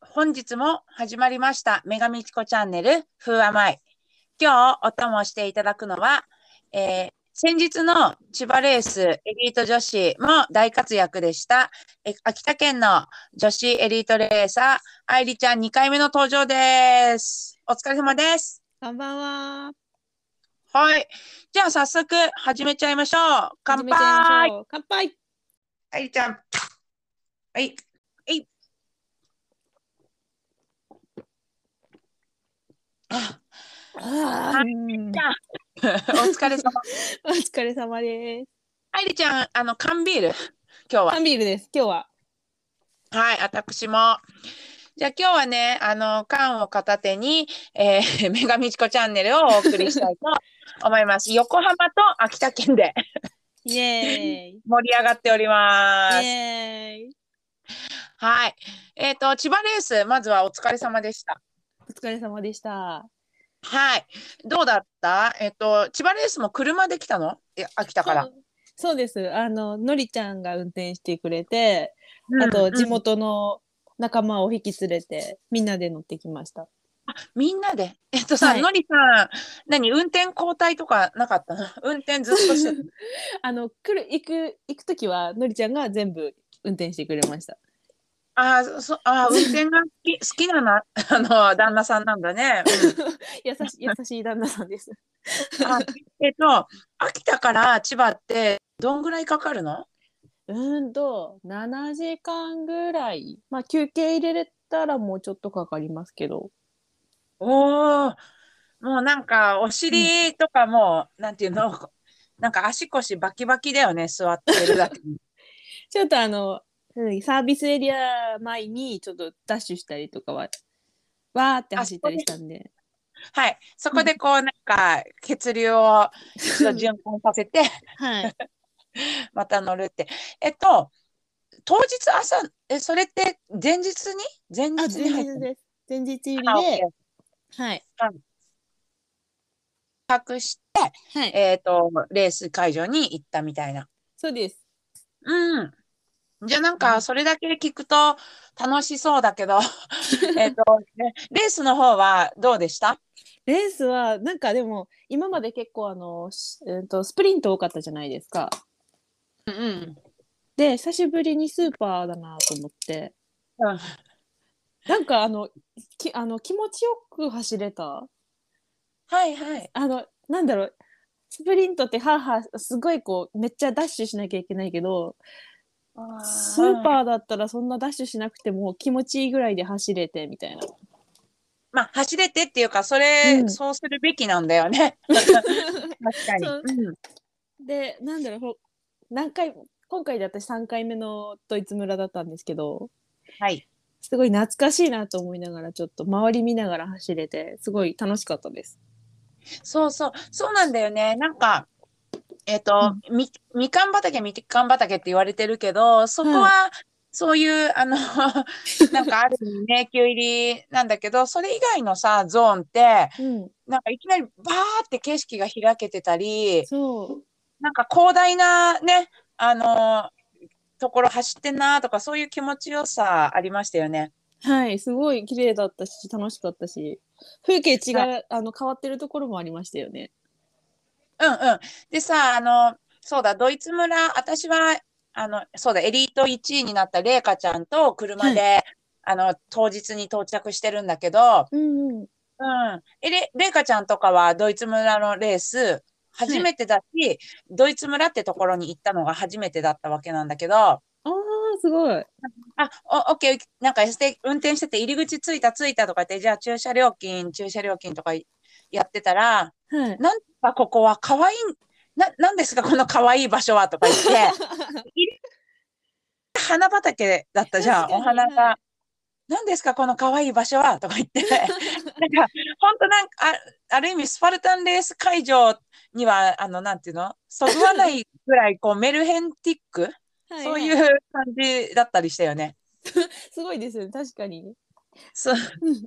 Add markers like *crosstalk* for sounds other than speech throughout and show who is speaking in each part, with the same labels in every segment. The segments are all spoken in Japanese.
Speaker 1: 本日も始まりました、女神チコチャンネル、ふうあまい。今日お供をしていただくのは、えー先日の千葉レースエリート女子も大活躍でした、え秋田県の女子エリートレーサー、愛梨ちゃん2回目の登場です。お疲れ様です。
Speaker 2: こんばんは。
Speaker 1: はい。じゃあ早速始めちゃいましょう。乾
Speaker 2: 始めちゃ
Speaker 1: 杯
Speaker 2: いましょう。乾杯。
Speaker 1: あいりちゃん。はい。はい。あ
Speaker 2: あー
Speaker 1: お疲れ
Speaker 2: *laughs*
Speaker 1: 様。
Speaker 2: お疲れ様です。
Speaker 1: あいりちゃん、あの缶ビール。今日は。
Speaker 2: 缶ビールです。今日は。
Speaker 1: はい、私も。じゃあ今日はね、あの缶を片手に、えー、 *laughs* 女神チコチャンネルをお送りしたいと思い
Speaker 2: *laughs*
Speaker 1: ます。横浜と秋田県で *laughs*
Speaker 2: イエーイ。イ
Speaker 1: 盛り上がっております。
Speaker 2: エーイ。
Speaker 1: はい。えっ、と千葉レース、まずはお疲れ様でした。
Speaker 2: お疲れ様でした。
Speaker 1: はい。どうだったえっと、千葉レースも車で来たのいや、秋田から
Speaker 2: そ。う。そうです。あの、のりちゃんが運転してくれて、
Speaker 1: うん
Speaker 2: あと地。
Speaker 1: うん
Speaker 2: 元の仲間を引き連れて、みんなで乗ってきました。
Speaker 1: みんなで。えっとさ、
Speaker 2: はい
Speaker 1: のりさん、何、運転交代とかなかったの運転ずっとしてた
Speaker 2: あの、来る、行く、行くときは、のりちゃんが全部運転してくれました。
Speaker 1: あーそあー、
Speaker 2: *laughs*
Speaker 1: 運転が好き好きなな、 *laughs* あの、旦那さんなんだね。
Speaker 2: 優しい、優しい旦那さんです。
Speaker 1: うんあえっと、秋田から千葉って、どんぐらいかかるの
Speaker 2: うーんと、7時間ぐらい。まあ、休憩入れたらもうちょっとかかりますけど。
Speaker 1: おお、もうなんか、お尻とかも、なんていうのなんか足腰バキバキだよね、座ってるだけ。
Speaker 2: ちょっとあの、うんサービスエリア前にちょっとダッシュしたりとかは、わーって走ったりしたんで。
Speaker 1: *laughs* はい。そこでこう、なんか、血流を一度循環させて、 *laughs*
Speaker 2: はい。
Speaker 1: また乗るって。えっと、当日朝、え、それって前日に前
Speaker 2: あ、
Speaker 1: 日に
Speaker 2: 前
Speaker 1: 入っ
Speaker 2: 日 *laughs* です。前日入り
Speaker 1: たのあ
Speaker 2: で、はい。
Speaker 1: 泊して、
Speaker 2: はい。
Speaker 1: えっと、レース会場に行ったみたいな。
Speaker 2: そうです。
Speaker 1: うん。じゃあなん
Speaker 2: う
Speaker 1: か、
Speaker 2: ん
Speaker 1: それだけ聞くと楽しそうだ *laughs* けど、えっと、ねレースの方はどうでした
Speaker 2: レースは、なんかでも、今まで結構あの、しえーと、スプリント多かったじゃないですか。
Speaker 1: うんうん。
Speaker 2: で、久しぶりにスーパーだなと思って。
Speaker 1: うん
Speaker 2: なんかあのきあの気持ちよく走れた
Speaker 1: はいはい。
Speaker 2: あのなんだろうスプリントってハーハーすごいこうめっちゃダッシュしなきゃいけないけどスー
Speaker 1: ー。
Speaker 2: パーだったらそんなダッシュしなくても気持ちいいぐらいで走れてみたい *laughs* な
Speaker 1: まあ、走れてっていうか、それ、
Speaker 2: うん
Speaker 1: そうするべきなんだよね。 *laughs* 確かに。
Speaker 2: そうでなんだろうほ何回今回で私3回目のドイツ村だったんですけど
Speaker 1: はい。
Speaker 2: すごい懐かしいなと思いながらちょっと周り見ながら走れてすごい楽しかったです。
Speaker 1: そうそう。そうなんだよね。なんか、えっ、と、み、みかん畑、みかん畑って言われてるけど、そこは、そういう、あ *laughs* の、なんかある意味迷宮入りなんだけど、それ以外のさ、ゾーンって、
Speaker 2: うん、
Speaker 1: なんかいきなりバーって景色が開けてたり、
Speaker 2: そう
Speaker 1: なんか広大なね、あの、ところ走ってんなとか、そういう気持ちよさありましたよね。
Speaker 2: はい、すごい綺麗だったし、楽しかったし、風景違う、あの変わってるところもありましたよね。
Speaker 1: うんうん。でさ、あの、そうだ、ドイツ村、私は、あの、そうだ、エリート1位になった麗華ちゃんと車で、あの、当日に到着してるんだけど、
Speaker 2: うんうん。
Speaker 1: うん。え、れ麗華ちゃんとかはドイツ村のレース、初めてだし、ドイツ村ってところに行ったのが初めてだったわけなんだけど、あ、
Speaker 2: ああ、すご
Speaker 1: お、
Speaker 2: い。
Speaker 1: オッケー、なんかして、運転してて入り口着いた着いたとか言って、じゃあ駐車料金、駐車料金とかやってたら、
Speaker 2: はい。
Speaker 1: なんかここは可愛いな、なんですかこの可愛い場所はとか言
Speaker 2: *laughs*
Speaker 1: って、花畑だったじゃん、
Speaker 2: 確か
Speaker 1: お
Speaker 2: に
Speaker 1: 花
Speaker 2: は
Speaker 1: が。なんですかこの可愛い場所はとか言
Speaker 2: *laughs*
Speaker 1: って、なんか、本当なんか、あある意味、スパルタンレース会場には、あの、なんていうのそぐわないぐらい、こう、メルヘンティックそういう
Speaker 2: う。
Speaker 1: 感じだったりしたよね。
Speaker 2: すごいですよね、確かに。
Speaker 1: そう
Speaker 2: うん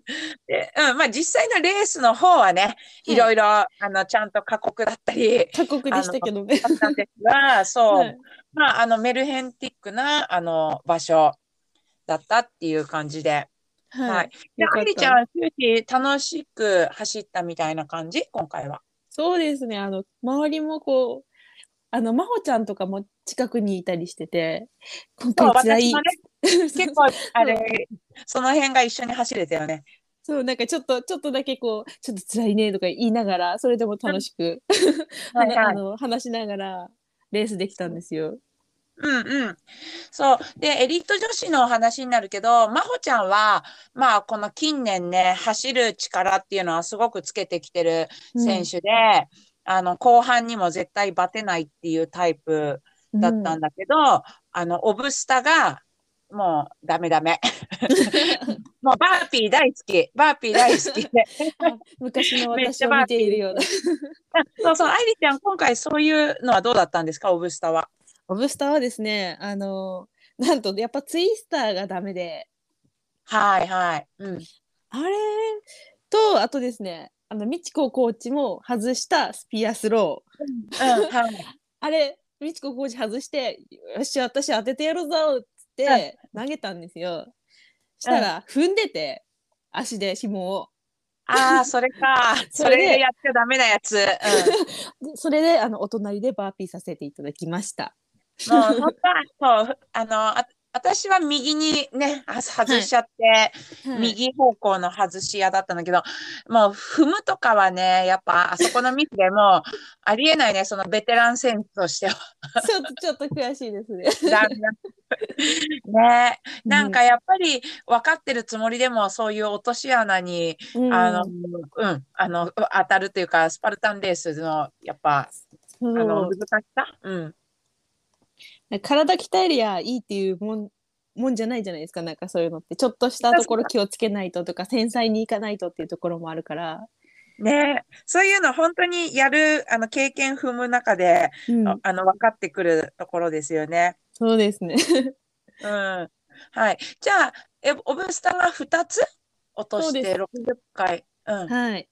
Speaker 1: でうん、まあ実際のレースの方はね、いろいろ、あの、ちゃんと過酷だったり、
Speaker 2: 過酷でしたけどね。
Speaker 1: だったんですが、そう、
Speaker 2: はい
Speaker 1: まあ、あのメルヘンティックなあの場所だったっていう感じで、は
Speaker 2: はいい。
Speaker 1: で
Speaker 2: よか
Speaker 1: あ
Speaker 2: った
Speaker 1: りちゃんは終始楽しく走ったみたいな感じ今回は。
Speaker 2: そうですね。あの、周りもこう、あの、まほちゃんとかも近くにいたりしてて、今
Speaker 1: そう
Speaker 2: 回
Speaker 1: 私
Speaker 2: 辛い
Speaker 1: も。ね結構あ
Speaker 2: *laughs*
Speaker 1: れその辺が一緒に走れたよね。
Speaker 2: そう、なんかちょっと、ちょっとだけこう、ちょっと辛いねとか言いながら、それでも楽しく、
Speaker 1: はいはい
Speaker 2: あの、話しながら、レースできたんですよ。
Speaker 1: うんうん。そう。で、エリート女子の話になるけど、まほちゃんは、まあ、この近年ね、走る力っていうのはすごくつけてきてる選手で、あの、後半にも絶対バテないっていうタイプ
Speaker 2: うん
Speaker 1: だったんだけど、あの、オブスタが、もう、ダメダ
Speaker 2: *laughs*
Speaker 1: メ。もう、バーピー大好き。バーピー大好きで。
Speaker 2: *laughs* あ昔の
Speaker 1: めっち
Speaker 2: 私
Speaker 1: ゃ
Speaker 2: を見ているような。
Speaker 1: そうそう、愛理ちゃん、今回そういうのはどうだったんですか、オブスタは。
Speaker 2: オブスターはですね、あの、なんと、やっぱツイスターがダメで、
Speaker 1: はいはい。うん。
Speaker 2: あれと、あとですね、あの、美智子コーチも外したスピアスロー。
Speaker 1: うん、はい。
Speaker 2: あれ、美智子コーチ外して、よし、私当ててやるぞっつって投げたんですよ。したら、踏んでて、足で紐を。
Speaker 1: ああ、それか。そ
Speaker 2: *laughs* それで
Speaker 1: れでやっちゃダメなやつ。うん、
Speaker 2: でそれで、あの、お隣でバーピーさせていただきました。
Speaker 1: もう、本当は、そう、あの、あ私は右にね、あ外しちゃって、
Speaker 2: はい
Speaker 1: 右方向の外し屋だったんだけど、もう踏むとかはね、やっぱあそこのミスで
Speaker 2: *laughs*
Speaker 1: もう、ありえないね、そのベテラン選手としては。
Speaker 2: ちょっと、ちょっと悔しいですね。
Speaker 1: だんだんねなんかやっぱり分かってるつもりでも、そういう落とし穴に、
Speaker 2: うん、
Speaker 1: あの、うん、あの、当たるというか、スパルタンレースの、やっぱ、
Speaker 2: そ
Speaker 1: あ
Speaker 2: う
Speaker 1: の、難しさうん。
Speaker 2: 体鍛えりゃいいっていうもんもんじゃないじゃないですかなんかそういうのってちょっとしたところ気をつけないととか繊細にいかないとっていうところもあるから、
Speaker 1: ねえそういうの本当にやる、あの、経験踏む中で、ああの、分かってくるところですよね。
Speaker 2: そうです *laughs* ね
Speaker 1: うん。はい。じゃあ、え、オブスタが2つ落とし
Speaker 2: そうで
Speaker 1: て
Speaker 2: す
Speaker 1: 60回。うん。
Speaker 2: はい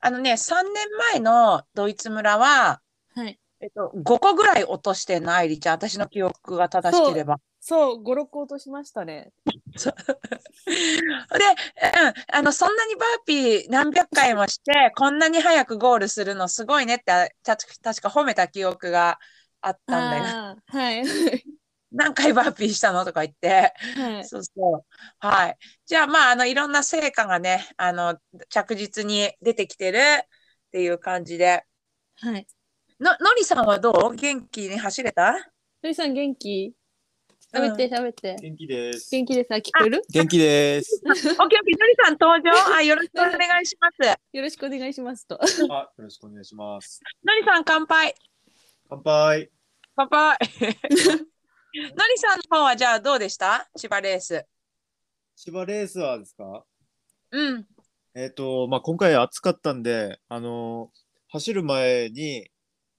Speaker 1: あのね、3年前のドイツ村は、
Speaker 2: はい
Speaker 1: えっと、5個ぐらい落としてない、愛理ちゃん。私の記憶が正しければ。
Speaker 2: そう56個落としましたね
Speaker 1: で、うん、あの、そんなにバーピー何百回もして、こんなに早くゴールするのすごいねって、た確か褒めた記憶があったんだよ。
Speaker 2: あーはい
Speaker 1: 何回バーピーしたのとか言って。
Speaker 2: はい
Speaker 1: そうそう。はい。じゃあ、まあ、あの、いろんな成果がね、あの、着実に出てきてるっていう感じで。
Speaker 2: はい
Speaker 1: の、のりさんはどう元気に走れた
Speaker 2: 鳥さん元気喋って喋って、
Speaker 3: 元気です。
Speaker 2: 元気ですあ聞こえる
Speaker 3: 元気です。
Speaker 1: オッケーオッケー、のりさん登 *laughs* 場あ、よろしくお願いします。
Speaker 2: よろしくお願いします *laughs* と
Speaker 3: あ、よろしくお願いします。
Speaker 1: のりさん、乾杯。
Speaker 3: 乾杯。
Speaker 1: 乾 *laughs* 杯。のりさんの方は、じゃあ、どうでした千葉レース。
Speaker 3: 芝レースはですか
Speaker 1: うん。
Speaker 3: えっ、と、まあ、今回暑かったんで、あの走る前に、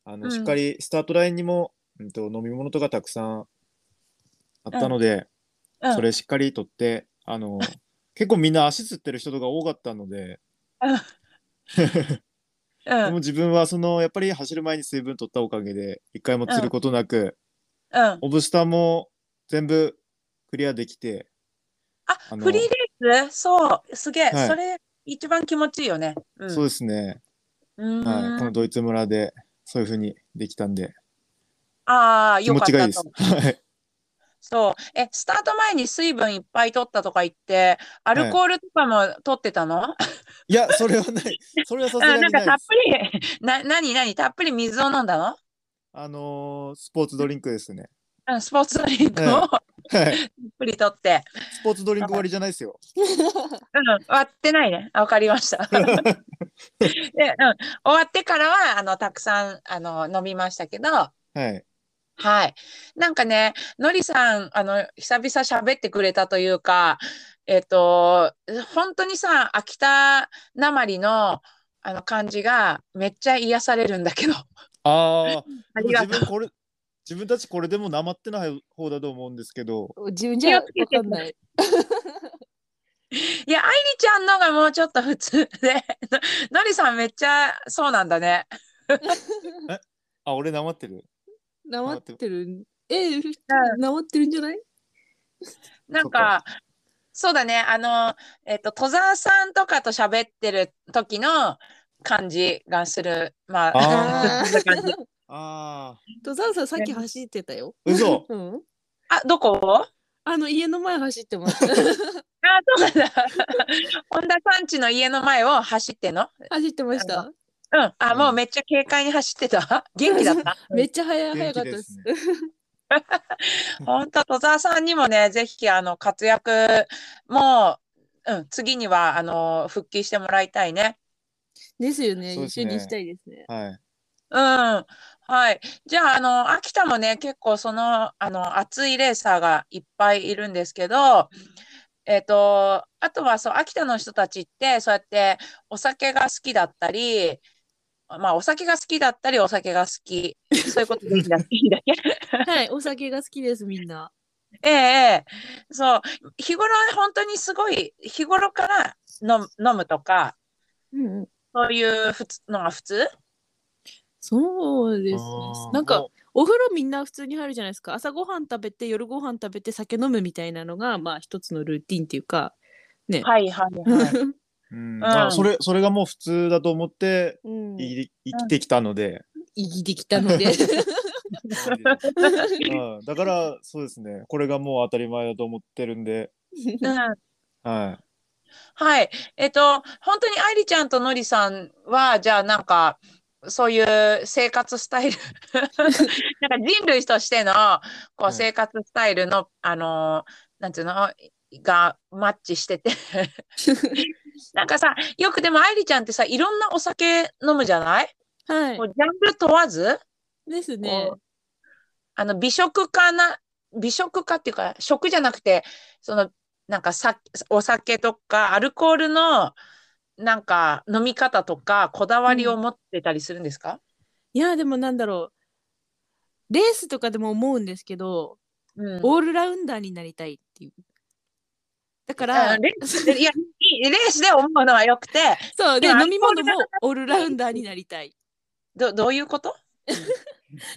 Speaker 3: あ
Speaker 1: う
Speaker 3: の、
Speaker 1: ん
Speaker 3: しっかりスタートラインにも、うんと、飲み物とかたくさんあったので、
Speaker 1: うん、
Speaker 3: それしっかりとって、あの結構みんな足つってる人とか多かったので、
Speaker 1: うん、
Speaker 3: で
Speaker 1: う
Speaker 3: も
Speaker 1: ん、
Speaker 3: 自分はその、やっぱり走る前に水分取ったおかげで、一回もつることなく、
Speaker 1: うん。
Speaker 3: オブスターも全部クリアできて、
Speaker 1: あ、
Speaker 3: あの
Speaker 1: フリーレースそう、すげえ、
Speaker 3: はい
Speaker 1: それ、一番気持ちいいよね。うん。
Speaker 3: そうですね、
Speaker 1: うーん
Speaker 3: はい、このドイツ村でそういうふうにできたんで
Speaker 1: ああ、
Speaker 3: 気
Speaker 1: よ
Speaker 3: 持
Speaker 1: かっ
Speaker 3: ちがいい
Speaker 1: た
Speaker 3: で
Speaker 1: と
Speaker 3: す
Speaker 1: 思う。。
Speaker 3: はい
Speaker 1: そう。え、スタート前に水分いっぱい取ったとか言って、アルコールとかも取ってたの、
Speaker 3: いやそれ
Speaker 1: *laughs*
Speaker 3: はないそれはさすが
Speaker 1: あ、
Speaker 3: に
Speaker 1: なんか
Speaker 3: ない
Speaker 1: たっ
Speaker 3: です。
Speaker 1: ぷり、 *laughs* な、なになに、たっぷり水を飲んだの
Speaker 3: あのースポーツドリンクですね。
Speaker 1: うん、スポーツドリンクをたっ
Speaker 3: はい
Speaker 1: ぷり取って。
Speaker 3: スポーツドリンク割りじゃないで
Speaker 1: *laughs*
Speaker 3: すよ。
Speaker 1: うん、割ってないね。あわかりました。 *laughs* で、うん、終わってからは、あの、たくさん、あの、飲みましたけど、
Speaker 3: はい。
Speaker 1: はい。なんかね、のりさん、あの、久々喋ってくれたというか、えっと、本当にさ、秋田なまりの、あの感じがめっちゃ癒されるんだけど。あ
Speaker 3: ああ
Speaker 1: りが
Speaker 3: 自
Speaker 1: とう。
Speaker 3: 分これ自分たちこれでもなまってない方だと思うんですけど
Speaker 2: 自分じゃわ
Speaker 1: 気をつけて
Speaker 2: かんない
Speaker 1: *laughs* いや、愛理ちゃんのがもうちょっと普通で、 *laughs* ののりさんめっちゃそうなんだね。
Speaker 3: あ俺なまってる。
Speaker 2: なまってるえなまってるんじゃない
Speaker 1: なんか、そうだね。あの、えっと、戸沢さんとかと喋ってる時の感じがする。まあ、
Speaker 3: あ
Speaker 1: そ
Speaker 2: ー
Speaker 1: んな感じ。
Speaker 3: ああ、
Speaker 2: 登山さんさっき走ってたよ。
Speaker 3: *laughs* 嘘
Speaker 2: うん。
Speaker 1: *laughs* あ、どこ
Speaker 2: あの家の前走ってます。
Speaker 1: あ、そうなんだ。本田さんちの家の前を走ってんの
Speaker 2: 走ってました。
Speaker 1: うん。あ、もううんめっちゃ軽快に走って *laughs* た。元気だった。
Speaker 2: めっちゃ早い
Speaker 3: 元
Speaker 2: 早かった
Speaker 3: 気で
Speaker 2: ですす。
Speaker 3: ね。
Speaker 1: 本当、戸沢さんにもね、ぜひ、あの、活躍も、うん、次には、あの、復帰してもらいたいね。
Speaker 2: ですよね。
Speaker 3: そうで
Speaker 2: 一
Speaker 3: す
Speaker 2: 緒
Speaker 3: ね
Speaker 2: に行きたいです
Speaker 3: *laughs*
Speaker 2: ね。
Speaker 3: はい。
Speaker 1: うん。はい。じゃあ、あの、秋田もね、結構、その、あの、熱いレーサーがいっぱいいるんですけど、えっと、あとは、そう、秋田の人たちって、そうやって、お酒が好きだったり、まあ、お酒が好きだったり、お酒が好き。そういうことでいいんだいいんだっけ *laughs*
Speaker 2: はい、お酒が好きですみんな。
Speaker 1: ええ、ええそう、日頃は本当にすごい、日頃から飲む飲むとか、
Speaker 2: うんうん。
Speaker 1: そういう普通のが普通
Speaker 2: そうですね
Speaker 3: あ。ー
Speaker 2: なんか、お風呂みんな普通に入るじゃないですか。朝ごはん食べて夜ご飯食べて酒飲むみたいなのがまあ一つのルーティンっていうか。
Speaker 1: はいはいはい。
Speaker 3: うん、まあ、それ、それがもう普通だと思って、
Speaker 2: うん。
Speaker 3: 生
Speaker 2: い
Speaker 3: き生きてきたので。
Speaker 2: きできたので。
Speaker 3: うん、だから、そうですね。これがもう当たり前だと思ってるんで。
Speaker 1: *laughs* うん、
Speaker 3: は
Speaker 1: はい。えっと、本当に愛理ちゃんとのりさんは、じゃあなんか、そういう生活スタイル *laughs* なんか人類としてのこう
Speaker 3: はい
Speaker 1: 生活スタイルの、あのーなんていうのがマッチしてて *laughs* なんかさよくでも愛理ちゃんってさいろんなお酒飲むじゃない
Speaker 2: はい
Speaker 1: も。うジャンル問わず、
Speaker 2: ですね
Speaker 1: こ。うあの美食家な美食家っていうか食じゃなくてそのなんかさお酒とかアルコールのなんか飲み方とかこだわりを持ってたりするんですか、
Speaker 2: いやでもなんだろうレースとかでも思うんですけど、
Speaker 1: うん
Speaker 2: オールラウンダーになりたいっていうだか
Speaker 1: あ
Speaker 2: ら
Speaker 1: レいやいいレースで思うのはよくて
Speaker 2: *laughs* そうで
Speaker 1: いや
Speaker 2: 飲み物もオールラウンダーになりたい
Speaker 1: どどういうこと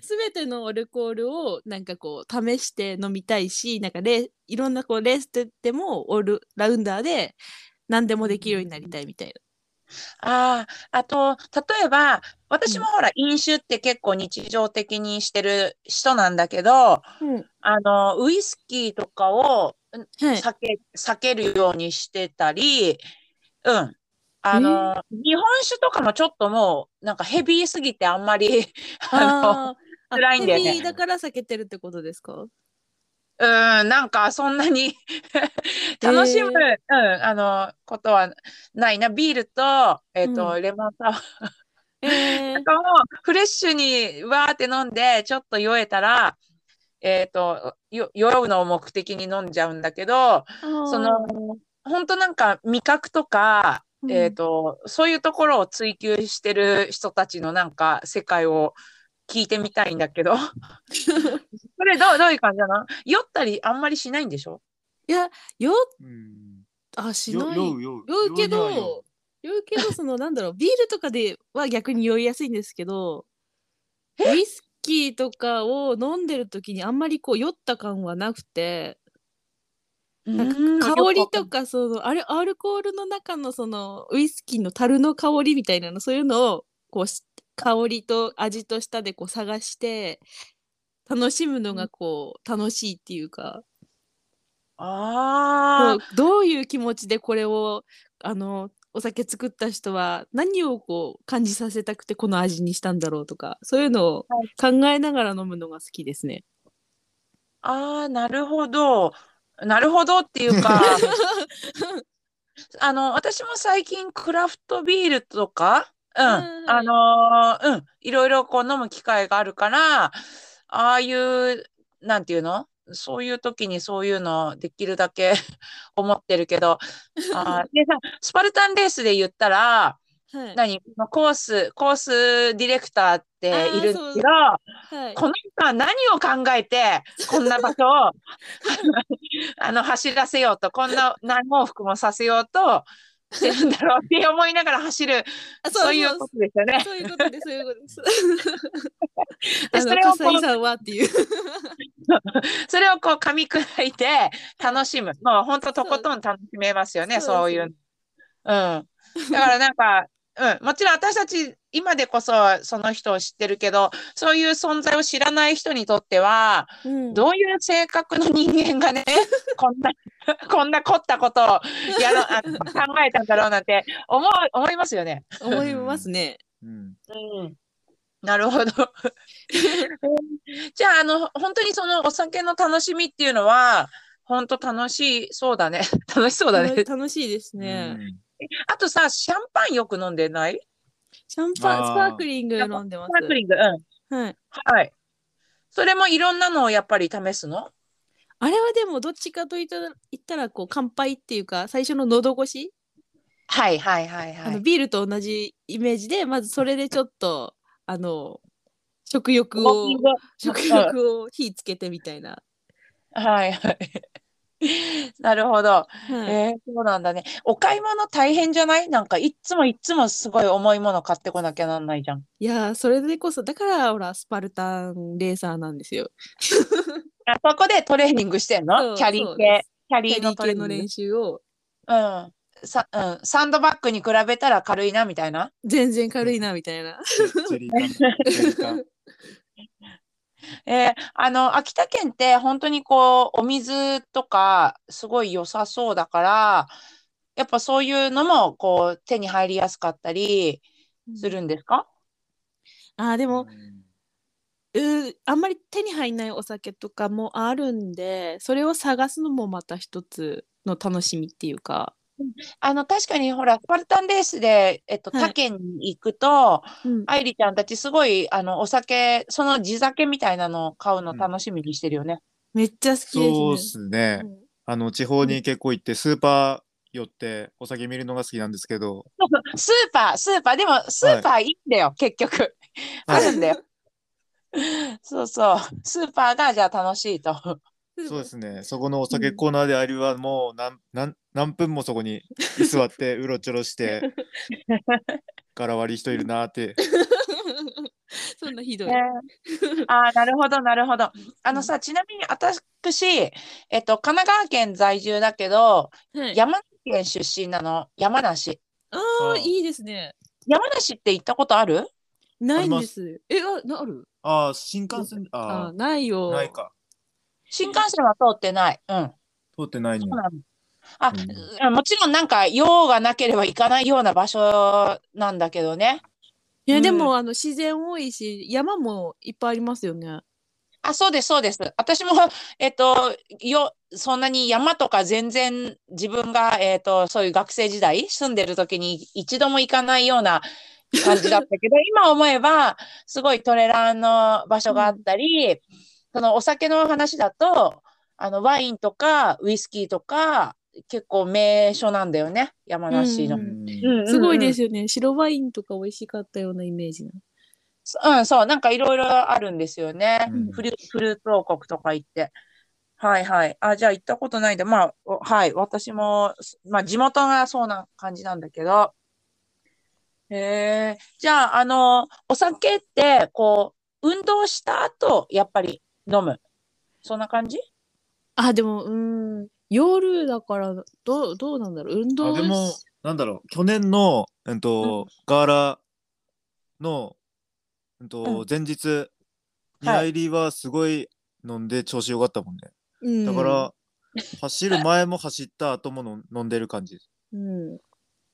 Speaker 2: 全てのアルコールをなんかこう試して飲みたいしなんかレーいろんなこうレースででもオールラウンダーで何でもできるようになりたいみたい
Speaker 1: あああと例えば私もほら飲酒って結構日常的にしてる人なんだけど
Speaker 2: な、
Speaker 1: あのウイスキーとかを
Speaker 2: はい、
Speaker 1: 避け避けるようにしてたり、うん。あの、日本酒とかもちょっともう、なんかヘビーすぎてあんま
Speaker 2: *laughs*
Speaker 1: り、 *laughs* あ
Speaker 2: あーあ
Speaker 1: 辛いんだよね
Speaker 2: ヘビーだから避けてるってことですか
Speaker 1: の、うん、なんかそんなに楽しむ、うん、あの、ことはないな。ビールと、えっ、と、
Speaker 2: う
Speaker 1: レモンサワー
Speaker 2: えー
Speaker 1: なん、かもうフレッシュにわーって飲んでちょっと酔えたら、えっとよ酔うのを目的に飲んじゃうんだけどその本当なんか味覚とか、
Speaker 2: うん
Speaker 1: えっとそういうところを追求してる人たちのなんか世界を聞いてみたいんだけ
Speaker 2: *laughs*
Speaker 1: どそれどうどういう感じなの酔ったりあんまりしないんでしょ
Speaker 2: よ
Speaker 3: い。うん。
Speaker 2: あしない
Speaker 3: 酔う
Speaker 2: 酔うけ
Speaker 3: 酔には酔う
Speaker 2: ど酔うけどそのなんだろうビールとかでは逆に酔いやすいんですけどウイスキーとかを飲んでる時にあんまりこう酔った感はなくて
Speaker 1: うん
Speaker 2: 香りとかそのあれアルコールの中のそのウイスキーの樽の香りみたいなのそういうのをこうし香りと味と舌でこう探して楽しむのがこう楽しいっていうか。
Speaker 1: あ
Speaker 2: そうどういう気持ちでこれをあのお酒作った人は何をこう感じさせたくてこの味にしたんだろうとかそういうのを
Speaker 1: はい
Speaker 2: 考えながら飲むのが好きですね。
Speaker 1: あああなるほどなるほどっていうか。 *laughs* あの、私も最近クラフトビールとか、うん、
Speaker 2: はいはい
Speaker 1: あのーうん、いろいろこう飲む機会があるから、ああいう、なんていうのそういう時にそういうのできるだけ *laughs* 思ってるけど、 *laughs* あーでさ、スパルタンレースで言ったら、
Speaker 2: はい
Speaker 1: 何このコース、コースディレクターっているんですけど、
Speaker 2: は
Speaker 1: *laughs*
Speaker 2: い
Speaker 1: この人は何を考えて、こんな場所をあの走らせようと、こんな何往復もさせようと、なんだろうって思いながら走る、
Speaker 2: あ
Speaker 1: そういうことですよね。
Speaker 2: そういうことです、そういうこと
Speaker 1: *laughs*
Speaker 2: です。あ
Speaker 1: そ
Speaker 2: の、
Speaker 1: れをこ
Speaker 2: 笠
Speaker 1: の
Speaker 2: 井さんはっていう。
Speaker 1: それをこう噛み砕いて楽しむ。もう本当とことん楽しめますよね、
Speaker 2: そ
Speaker 1: そうう
Speaker 2: です
Speaker 1: いう。うん。だからなんか、うん、もちろん私たち今でこそその人を知ってるけど、そういう存在を知らない人にとっては、
Speaker 2: うん
Speaker 1: どういう性格の人間がね、 *laughs* こんな、こんな凝った *laughs* ことをやろうあの考えたんだろうなんて思う、思いますよね。
Speaker 2: 思いますね。
Speaker 3: うん。
Speaker 1: うん。なる *laughs* ほど。じゃあ、あの、本当にそのお酒の楽しみっていうのは、本当楽しい、そうだね。 *laughs* 楽しそうだね。
Speaker 2: 楽しいですね。
Speaker 3: うん
Speaker 1: あとさ、シャンパンよく飲んでない
Speaker 2: シャンパン、
Speaker 3: あー
Speaker 2: スパークリング飲んでま
Speaker 1: サーク
Speaker 2: す。
Speaker 1: リング。うん。
Speaker 2: はい。
Speaker 1: はい。それもいろんなのをやっぱり試すの
Speaker 2: あれはでも、どっちかといったら、言ったらこう、乾杯っていうか、最初の喉越し、
Speaker 1: はいはいはいは
Speaker 2: あの
Speaker 1: い。
Speaker 2: ビールと同じイメージで、まずそれでちょっと、あの、食欲を、食欲を火つけてみたいな。
Speaker 1: はいはい。 *laughs* なるほど。
Speaker 2: はい。
Speaker 1: えー、そうなんだね。お買い物大変じゃないなんかいっつもいっつもすごい重いもの買ってこなきゃなんないじゃん。
Speaker 2: いやー、それでこそ、だから、ほら、スパルタンレーサーなんですよ。
Speaker 1: あそこでトレーニングしてん
Speaker 2: そう
Speaker 1: のキャリ
Speaker 2: そ
Speaker 1: ー
Speaker 2: うで
Speaker 1: 系。キャ
Speaker 2: キ
Speaker 1: リ
Speaker 2: ャ
Speaker 1: ー
Speaker 2: リ
Speaker 1: の
Speaker 2: ー
Speaker 1: トレーニ
Speaker 2: 系の
Speaker 1: ング。
Speaker 2: 練習を、
Speaker 1: うん。さ、うん。サンドバッグに比べたら軽いなみたいな。
Speaker 2: 全然軽いな、みたいな。
Speaker 3: チェチェリー缶チェリー缶
Speaker 1: えーあの、秋田県って本当にこう、お水とかすごい良さそうだから、やっぱそういうのもこう、手に入りやすかったりするんですか
Speaker 2: ああ、でも、
Speaker 3: うん
Speaker 2: うーあんまり手に入んないお酒とかもあるんでそれを探すのもまた一つの楽しみっていうか、
Speaker 1: あの、確かにほら、スパルタンレースで、えっと、
Speaker 2: はい
Speaker 1: 他県に行くと、
Speaker 2: うん、
Speaker 1: 愛梨ちゃんたちすごい、あの、お酒、その地酒みたいなのを買うの
Speaker 3: うん
Speaker 1: 楽しみにしてるよね。 *laughs*
Speaker 2: めっちゃ好き
Speaker 3: そう
Speaker 2: で
Speaker 3: ですす
Speaker 2: ね。。
Speaker 3: ねあの地方に結構行ってスーパー寄ってお酒見るのが好きなんですけど、
Speaker 1: スーパー、スーパー、でもスーパーいいんだよ、結局。
Speaker 3: は
Speaker 1: あ
Speaker 3: い
Speaker 1: るんだよ。そうそう。スーパーがじゃあ楽しいと。
Speaker 2: *laughs* うん
Speaker 3: そうですね。そこのお酒コーナーであるはもう何何何分もそこに居座って *laughs* うろちょろして、柄割り人いるなーって。
Speaker 2: そんなひどい。
Speaker 1: ねああ、なるほど、なるほど。あのさ、ちなみに私、えっと、神奈川県在住だけど、
Speaker 2: はい、
Speaker 1: 山梨県出身なの、山梨。
Speaker 2: ああいいですね。
Speaker 1: 山梨って行ったことある
Speaker 2: ないんです。えあなある
Speaker 3: ああ新幹線
Speaker 2: あ
Speaker 3: あ
Speaker 2: ーない
Speaker 3: あ
Speaker 2: よ。
Speaker 3: ないか
Speaker 1: 新幹線は通ってない。うん。
Speaker 3: 通ってない
Speaker 1: そう
Speaker 3: の。
Speaker 1: なの。あ、うんもちろんなんか用がなければ行かないような場所なんだけどね。
Speaker 2: いやで
Speaker 1: う
Speaker 2: も、あの自然多いし山もいっぱいありますよね。
Speaker 1: あ、そうです、そうです。私も、 *laughs* えっと、よ、そんなに山とか全然自分が、えっと、そういう学生時代、住んでる時に一度も行かないような感じだった
Speaker 2: *laughs*
Speaker 1: けど、今思えば、すごいトレランの場所があったり、そのお酒の話だと、あの、ワインとか、ウイスキーとか、結構名所なんだよね、山梨
Speaker 2: う
Speaker 1: の。。
Speaker 2: ん
Speaker 3: うん
Speaker 2: すごいですすよね。白ワインとか美味しかったようなイメージな。
Speaker 1: そうん、そう、なんかいろいろあるんですよね。
Speaker 3: うん
Speaker 1: フルフルーツ王国とか行って。はいはい。あ、じゃあ行ったことないんで、まあ、おはい。私も、すまあ地元がそうな感じなんだけど。へえ。じゃあ、あの、お酒って、こう、運動した後、やっぱり飲む。そんな感じ
Speaker 2: あ、でも、うーん、夜だから、どう、どうなんだろう、運動
Speaker 3: あでもなんだろう去年のうんと、ガーラのうんと、
Speaker 1: うん
Speaker 3: 前日に
Speaker 1: はい
Speaker 3: アイリーはすごい飲んで調子良かったもんね。
Speaker 2: うん
Speaker 3: だから、走る前も走った後もの飲んでる感じ。
Speaker 2: うん、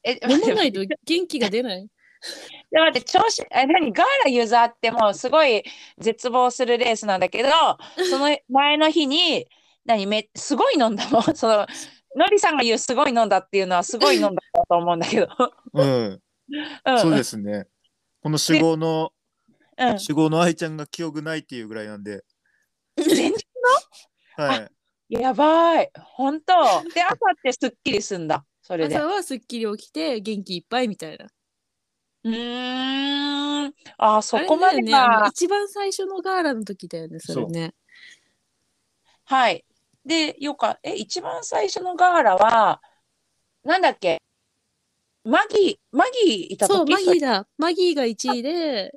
Speaker 1: え、
Speaker 2: 飲
Speaker 1: 待
Speaker 2: ま
Speaker 1: っ
Speaker 2: な
Speaker 1: て
Speaker 2: いと元気が出ない。
Speaker 1: で、待って、調子、え、何、ガーラユーザーってもうすごい絶望するレースなんだ
Speaker 2: *laughs*
Speaker 1: けど、その前の日に、何、め、すごい飲んだの *laughs* その、のりさんが言うすごい飲んだっていうのはすごい飲んだと思うんだけど。
Speaker 3: うん、
Speaker 1: うん、。
Speaker 3: そうですすね。この主語の、
Speaker 1: うん。
Speaker 3: 主語の愛ちゃんが記憶ないっていうぐらいなんで。
Speaker 1: 全然
Speaker 3: はい。
Speaker 1: やばい。本当。で、朝ってすっきりすんだ。それで。
Speaker 2: 朝
Speaker 1: う
Speaker 2: はすっきり起きて、元気いっぱいみたいな。
Speaker 1: ーん。あ、そ
Speaker 2: あれ
Speaker 1: こま
Speaker 2: だよ
Speaker 1: で
Speaker 2: ね、あの
Speaker 1: が。
Speaker 2: 一番最初のガーラの時だよね、それね。
Speaker 1: はい。で、よか、え、一番最初のガーラは、なんだっけマギー、マギーいた
Speaker 2: そう、
Speaker 1: 時
Speaker 2: マギーだ。マギーが1位で、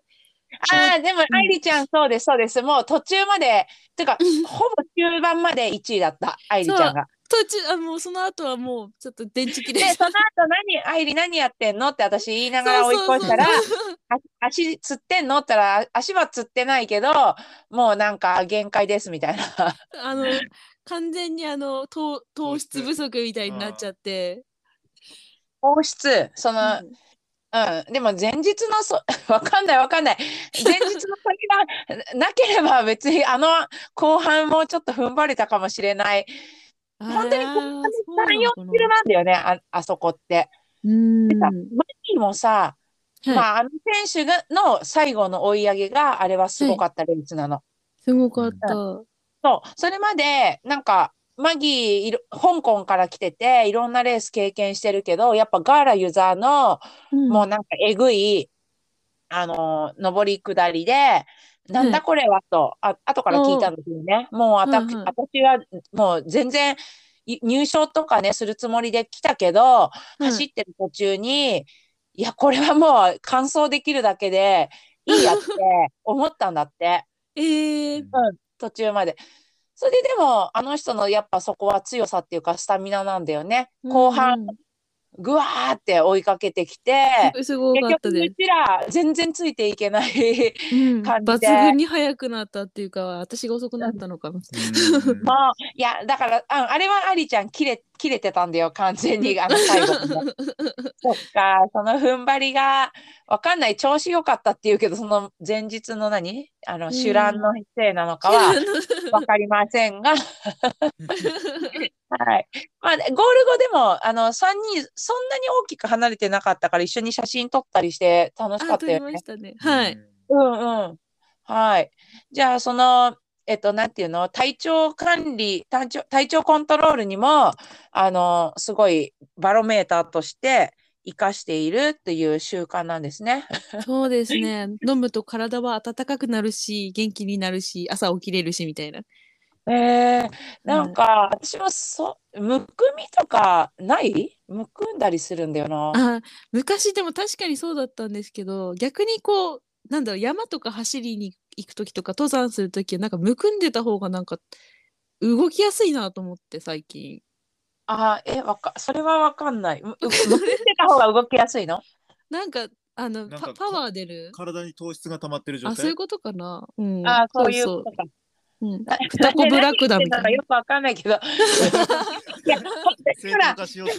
Speaker 1: ああ、でも、愛梨ちゃん、そうです、そうです。もう途中まで、てか、ほぼ中盤まで1位だった、愛梨ちゃんが。
Speaker 2: 途中、あもうその後はもうちょっと電池切
Speaker 1: で、
Speaker 2: れ
Speaker 1: その後何、愛梨何やってんのって私言いながら追い越したら、
Speaker 2: そうそうそう
Speaker 1: あ足つってんのって言ったら、足はつってないけど、もうなんか限界ですみたいな。*laughs*
Speaker 2: *laughs* あの、完全にあの糖、糖質
Speaker 3: 糖質
Speaker 2: 不足みたいになっちゃって。
Speaker 1: 放出、その、
Speaker 2: うん
Speaker 1: うん、でも前日のそ、 *laughs* わかんないわかんない。前日の先がなければ別にあの後半もちょっと踏ん張れたかもしれない。本当に
Speaker 2: あ
Speaker 1: こ
Speaker 2: ー
Speaker 1: んなに
Speaker 2: そうな
Speaker 1: 3、
Speaker 2: の
Speaker 1: 4
Speaker 2: かな
Speaker 1: キロなんだよね、ああそこって。
Speaker 2: うん。
Speaker 1: マギーもさ、
Speaker 2: はい
Speaker 1: まあ、あの選手がの最後の追い上げがあれはすごかったレースなの。
Speaker 2: すごかった。
Speaker 1: そう、それまで、なんか、マギーいろ、香港から来てて、いろんなレース経験してるけど、やっぱガーラユーザーの、もうなんかえぐい、あのー上り下りで、なんだこれはと、あ後から聞いたんですよね。もうあた、
Speaker 2: うんうん
Speaker 1: 私はもう全然い入賞とかね、するつもりで来たけど、
Speaker 2: うん
Speaker 1: 走ってる途中に、いや、これはもう完走できるだけでいい *laughs* やって思ったんだって、
Speaker 2: ええ
Speaker 1: 途中まで。それででも、あの人のやっぱそこは強さっていうか、スタミナなんだよね。後半、、ぐわーって追いかけてきて、
Speaker 2: うんすごか
Speaker 1: 結
Speaker 2: った
Speaker 1: 局
Speaker 2: で
Speaker 1: うちら全然ついていけない
Speaker 2: す。うん
Speaker 1: 感じで
Speaker 2: 抜群に速くなったっていうか、私が遅くなったのかも。 *laughs*
Speaker 3: うん
Speaker 1: もういやだからああれはアリちゃん切れ切れてたんだよ完全にあの最後までそっかその踏ん張りがわかんない調子良かったっていうけどその前日の何あ
Speaker 2: ん
Speaker 1: の手乱のせいなのか
Speaker 2: *laughs*
Speaker 1: はわかりませんがはいまあゴール後でもあの3人そんなに大きく離れてなかったから一緒に写真撮ったりして楽しか
Speaker 2: あ、
Speaker 1: った
Speaker 2: 取り
Speaker 1: よね
Speaker 2: ましたね。はい。。
Speaker 1: うんうん。はい。じゃあ、その、えっと、なんていうの、体調管理、体調、体調コントロールにも、あの、すごいバロメーターとして活かしているっていう習慣なんですね。
Speaker 2: そうですね。飲むと体は温かくなるし、元気になるし、朝起きれるしみたいな。
Speaker 1: ええなんか、私もそ、むくみとかないむくんだりするんだよな。
Speaker 2: あ昔でも確かにそうだったんですけど、逆にこう、なんだろう、山とか走りに行く時とか、登山する時は、なんかむくんでた方がなんか、動きやすいなと思って、最近。
Speaker 1: あ、え、わか、それはわかんない。
Speaker 2: *laughs*
Speaker 1: む、むむくんでた方が動きやすいの
Speaker 2: なんか、あの、
Speaker 3: なん
Speaker 2: パ
Speaker 3: か
Speaker 2: パワー出る。
Speaker 3: 体に糖質が溜まってる状態。
Speaker 2: あ、そういうことかな。うん。
Speaker 1: あそういう
Speaker 2: そ
Speaker 1: ことか。
Speaker 2: う。うん。双子ブラックだみたい
Speaker 1: 何
Speaker 2: な
Speaker 1: 言。ってのかよくわ *laughs* かんないけど。
Speaker 2: *laughs*
Speaker 1: いや、ほんと
Speaker 3: 正
Speaker 1: ほら
Speaker 3: 当、化しようと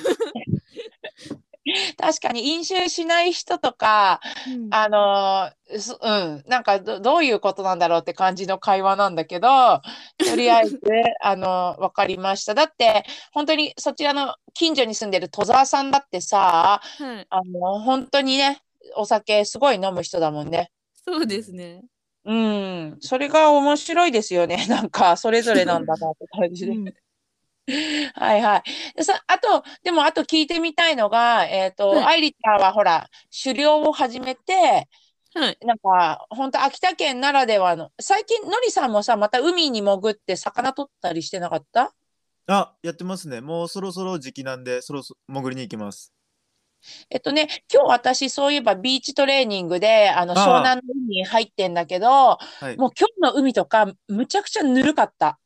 Speaker 1: 確かに飲酒しない人とか、
Speaker 2: うん
Speaker 1: あのーそうん、なんかど、どういうことなんだろうって感じの会話なんだ
Speaker 2: *laughs*
Speaker 1: けど、とりあえず、あのーわかりました。だって、本当にそちらの近所に住んでる戸沢さんだってさ、
Speaker 2: はい。
Speaker 1: あのー本当にね、お酒すごい飲む人だもんね。
Speaker 2: そうですね。
Speaker 1: うん、それが面白いですよね。 *laughs* なんか、それぞれなんだなって感じで
Speaker 2: う。ん
Speaker 1: *laughs* はいはい。でさ、あと、でも、あと聞いてみたいのが、えっ
Speaker 2: はい
Speaker 1: と、愛梨ちゃんはほら、狩猟を始めて、
Speaker 2: はい。
Speaker 1: なんか、本当秋田県ならではの、最近、のりさんもさ、また海に潜って魚取ったりしてなかった
Speaker 3: あ、やってますね。もうそろそろ時期なんで、そろそろ潜りに行きます。
Speaker 1: えっとね、今日私、そういえばビーチトレーニングで、あの、
Speaker 3: ああ
Speaker 1: 湘南の海に入ってんだけど、
Speaker 3: い
Speaker 1: もう今日の海とか、むちゃくちゃぬるかった。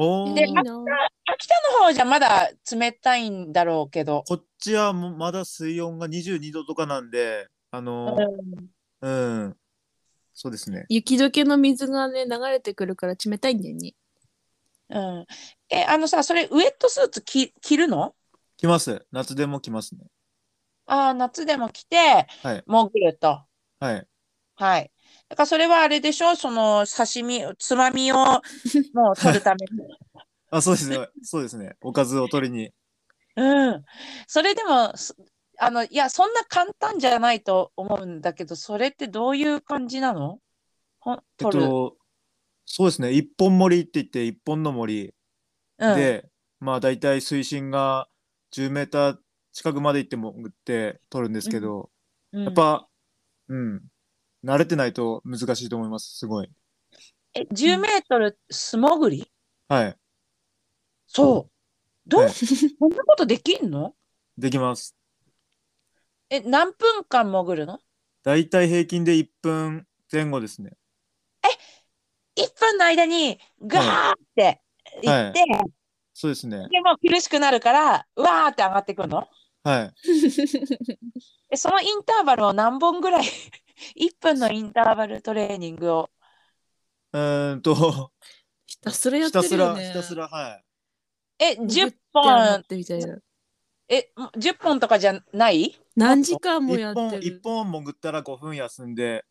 Speaker 3: おお。
Speaker 1: で
Speaker 2: いい
Speaker 1: あ
Speaker 2: なぁ
Speaker 1: 秋田の方じゃまだ冷たいんだろうけど。
Speaker 3: こっちはもうまだ水温が22度とかなんで、あのー、うん、そうですね。
Speaker 2: 雪解けの水がね、流れてくるから冷たいんだよ
Speaker 1: *laughs*
Speaker 2: ね。
Speaker 1: うん。え、あのさ、それ、ウェットスーツ着、着るの
Speaker 3: 来ます。夏でも来ますね。
Speaker 1: ああ、夏でも着て
Speaker 3: はい、
Speaker 1: 潜ると。
Speaker 3: はい。
Speaker 1: はい。だからそれはあれでしょその刺身、つま
Speaker 3: *laughs*
Speaker 1: みをもう取るために。
Speaker 3: あ、そうですね。 *laughs* そうですね。おかずを取りに。
Speaker 1: うん。それでも、すあの、いや、そんな簡単じゃないと思うんだけど、それってどういう感じなのほん
Speaker 3: えっ
Speaker 1: 取る。
Speaker 3: と、そうですね。一本盛りって言って、一本の森
Speaker 1: うん。
Speaker 3: で、まあ大体水深が10メーター近くまで行って潜って取るんですけど、
Speaker 1: うん
Speaker 3: やっぱ、うん、慣れてないと難しいと思います。すごい。
Speaker 1: え、10メートル素潜り
Speaker 3: はい。
Speaker 1: そう。ど
Speaker 3: は
Speaker 1: う、*laughs*
Speaker 3: い
Speaker 1: そんなことできんの
Speaker 3: できます。
Speaker 1: え、何分間潜るの
Speaker 3: 大体平均で1分前後ですね。
Speaker 1: ?1 分の間にガーって行って、
Speaker 3: そうですね。
Speaker 1: でも苦しくなるから、うわーって上がってくるの
Speaker 3: はい。
Speaker 1: え、そのインターバルを何本ぐらい *laughs* ?1 分のインターバルトレーニングを。
Speaker 3: うーんと、
Speaker 2: ひたすらやっ
Speaker 3: ひ
Speaker 2: て
Speaker 3: た
Speaker 2: る
Speaker 3: す
Speaker 2: よ
Speaker 3: ら、
Speaker 2: ね。
Speaker 3: ひたすら、はい。
Speaker 1: え、
Speaker 2: 潜っ
Speaker 1: 10
Speaker 2: て
Speaker 1: 本、
Speaker 2: ってみたいな。
Speaker 1: え、10本とかじゃない
Speaker 2: 何時間もや
Speaker 3: 1
Speaker 2: って
Speaker 3: 本、
Speaker 2: る。
Speaker 3: 一本潜ったら5分休んで、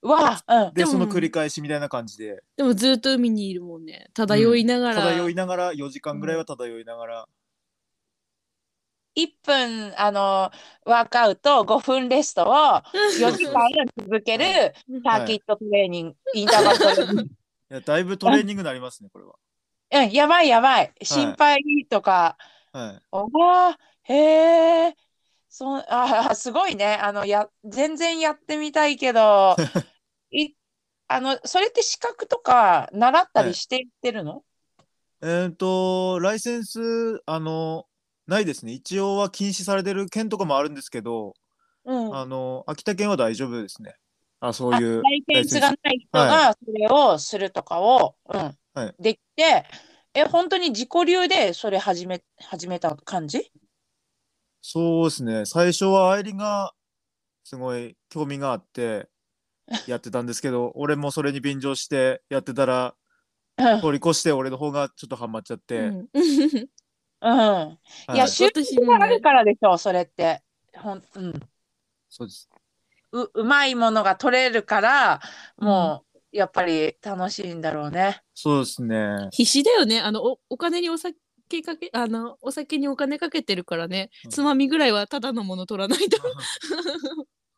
Speaker 1: わあ、うん。
Speaker 3: で、
Speaker 2: でも
Speaker 3: その繰り返しみたいな感じで、
Speaker 2: でもずっと海にいるもんね。漂いながら。
Speaker 3: 漂いながら、4時間ぐらいは漂いながら、
Speaker 1: 1分、あの、ワークアウト、5分レストを4時間続けるサーキットトレーニング、インターバルトレーニング。
Speaker 3: いや、だいぶトレーニングになりますね、これは。
Speaker 1: うん、やばいやばい。心配とか。
Speaker 3: はい。
Speaker 1: おわー、へえ。そう、 *laughs* あー、すごいね。あの、や、全然やってみたいけ
Speaker 3: *laughs*
Speaker 1: ど、い、あの、それって資格とか習ったりしていってるの
Speaker 3: えーっと、ライセンス、あの、ないですね。一応は禁止されてる県とかもあるんですけど、
Speaker 1: うん。
Speaker 3: あの、秋田県は大丈夫ですね。あ、そういう。
Speaker 1: ライセンスがない人がそれをするとかを、うん、
Speaker 3: はい
Speaker 1: できて、え、本当に自己流でそれ始め、始めた感じ
Speaker 3: そうですね。最初は愛梨がすごい興味があってやってたんですけ
Speaker 2: *laughs*
Speaker 3: ど、俺もそれに便乗してやってたら、
Speaker 1: うん。
Speaker 3: 通り越して俺の方がちょっとハマっちゃって、
Speaker 2: うん。
Speaker 1: うん。い
Speaker 3: は
Speaker 1: や、
Speaker 3: い、
Speaker 1: 収入があるからでしょ、それって。ほん、うん。
Speaker 3: そうです。
Speaker 1: う、うまいものが取れるから、もう、やっぱり楽しいんだろうね。
Speaker 3: そうです
Speaker 2: *laughs*
Speaker 3: ね。
Speaker 2: 必死だよね。あの、おお金にお酒かけ、あの、お酒にお金かけてるからね。
Speaker 3: うん
Speaker 2: つまみぐらいはただのもの取らないと。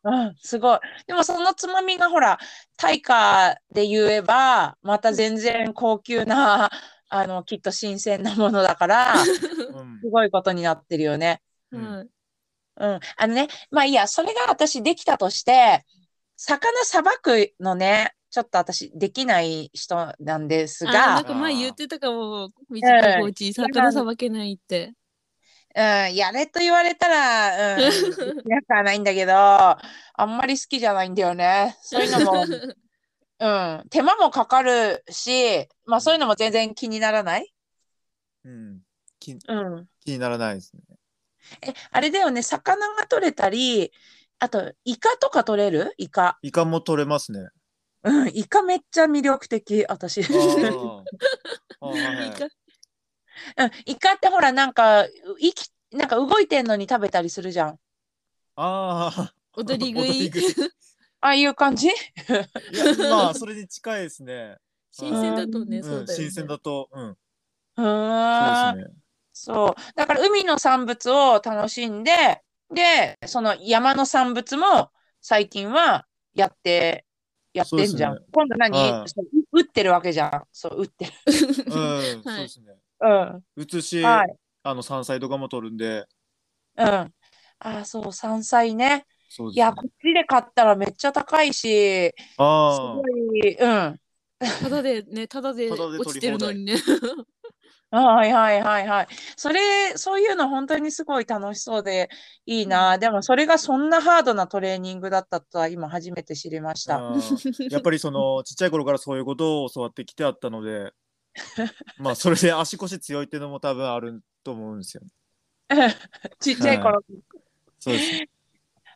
Speaker 1: うん、すごい。でもそのつまみがほら、対価で言えば、また全然高級な、あの、きっと新鮮なものだ
Speaker 2: *laughs*
Speaker 1: から、す
Speaker 3: うん。
Speaker 1: ごいことになってるよね。
Speaker 3: うん
Speaker 2: はい
Speaker 1: うん。あのね、まあいいや、それが私できたとして、魚さばくのね、ちょっと私できない人なんです
Speaker 2: あー
Speaker 1: が
Speaker 2: なん、か前言ってたかも、短い放置、魚さばけないって。
Speaker 1: うん、やれと言われたら、 *laughs* うん、なくはないんだけど、あんまり好きじゃないんだよね。そういうの *laughs* も、
Speaker 2: *laughs*
Speaker 1: うん、手間もかかるし、まあそういうのも全然気にならない。
Speaker 3: うん。気
Speaker 1: うん。
Speaker 3: 気にならないですね。
Speaker 1: え、あれだよね、魚が取れたり、あと、イカとか取れるイカ。
Speaker 3: イカも取れます
Speaker 2: *laughs*
Speaker 3: ね。
Speaker 1: うん、イカめっちゃ魅力的、私。
Speaker 3: あ
Speaker 1: *laughs*
Speaker 3: ーあーはいはい
Speaker 2: いいか
Speaker 1: うん、イカってほら、なんか、生き、なんか動いてんのに食べたりするじゃん。
Speaker 3: あ
Speaker 2: 踊り食
Speaker 3: 踊り
Speaker 2: い。
Speaker 3: 食
Speaker 1: ああいう感じ
Speaker 3: ー。いや、まあ、それに近いですね。
Speaker 2: 新鮮だと *laughs* ね、そうだ
Speaker 3: う
Speaker 2: よ
Speaker 3: ん、
Speaker 2: ね
Speaker 3: 新鮮だと。うん。
Speaker 1: う
Speaker 3: そ
Speaker 1: ー。
Speaker 3: うんですね。
Speaker 1: そう。だから海の産物を楽しんで、で、その山の産物も最近はやって、やってんじゃん。
Speaker 3: そう
Speaker 1: 今度何、
Speaker 3: はい
Speaker 1: そう打ってるわけじゃん。そう、打ってる。
Speaker 3: うん、そう
Speaker 2: はい
Speaker 3: ですね。
Speaker 1: うん。は
Speaker 3: 写し、
Speaker 1: い。はい
Speaker 3: あの山菜とかも取るんで、
Speaker 1: うん。ああ、そう、山菜ね。
Speaker 3: そう
Speaker 1: い
Speaker 3: です、
Speaker 1: や、
Speaker 3: ね。
Speaker 1: こっちで買ったらめっちゃ高いし、す
Speaker 3: あ
Speaker 1: ごい、うん。
Speaker 2: ただでね、ただで
Speaker 3: タダで取り放題
Speaker 2: 落ちてるのにね。
Speaker 1: はいはいはいはい。それ、そういうの本当にすごい楽しそうでいいな。でもそれがそんなハードなトレーニングだったとは今初めて知りました。
Speaker 3: あ、うんやっぱりそのちっちゃい頃からそういうことを教わってきてあったので、まあそれで足腰強いっていうのも多分あると思うんですよね。
Speaker 1: ちっちゃい頃。
Speaker 3: そうですね。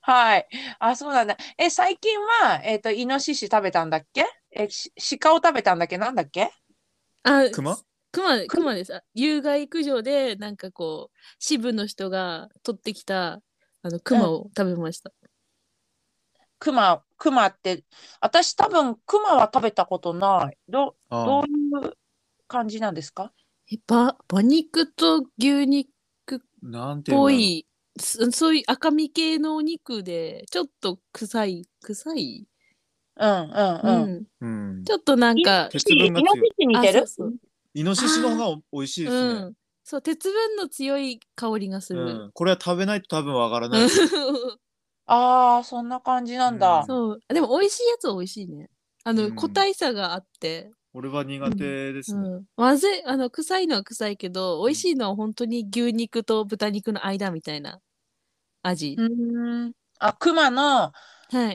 Speaker 1: はい。あ、そうなんだ。え、最近は、えっと、イノシシ食べたんだっけえ、し鹿を食べたんだっけなんだっけ
Speaker 2: *laughs* あ、
Speaker 3: 熊？
Speaker 2: 熊、熊です。あ有害駆除で、なんかこう、支部の人が取ってきた、あの、熊を食べました。
Speaker 1: クマ、クマって、私多分クマは食べたことない。ど、
Speaker 3: あ
Speaker 1: どういう感じなんですか
Speaker 2: えば馬肉と牛肉
Speaker 3: ーなんて
Speaker 2: っ
Speaker 3: いうんだろ
Speaker 2: ぽ
Speaker 3: う。
Speaker 2: い、そそういう赤身系のお肉で、ちょっと臭い、臭い、
Speaker 1: うんうん
Speaker 2: う、
Speaker 1: うんん。
Speaker 3: うん。
Speaker 2: ちょっとなんか、
Speaker 3: 鉄分が
Speaker 1: イノ
Speaker 3: 強い
Speaker 1: シ。シ似てる
Speaker 2: あそうそう
Speaker 3: イノシシの方がお美味しいで
Speaker 2: う
Speaker 3: すね。
Speaker 2: ん。そう、鉄分の強い香りがす
Speaker 3: う
Speaker 2: る。
Speaker 3: ん。
Speaker 2: *laughs*
Speaker 3: これは食べないと多分わからない。
Speaker 1: ああ、そんな感じなんだ。
Speaker 2: そう。でも美味しいやつは美味しいね。あの、
Speaker 3: うん
Speaker 2: 個体差があって、
Speaker 3: 俺は苦手です
Speaker 2: う
Speaker 3: ね。
Speaker 2: ん。まずい、あの、臭いのは臭いけど、美味しいのは本当に牛肉と豚肉の間みたいな。味。
Speaker 1: うん。あ、熊の、
Speaker 2: は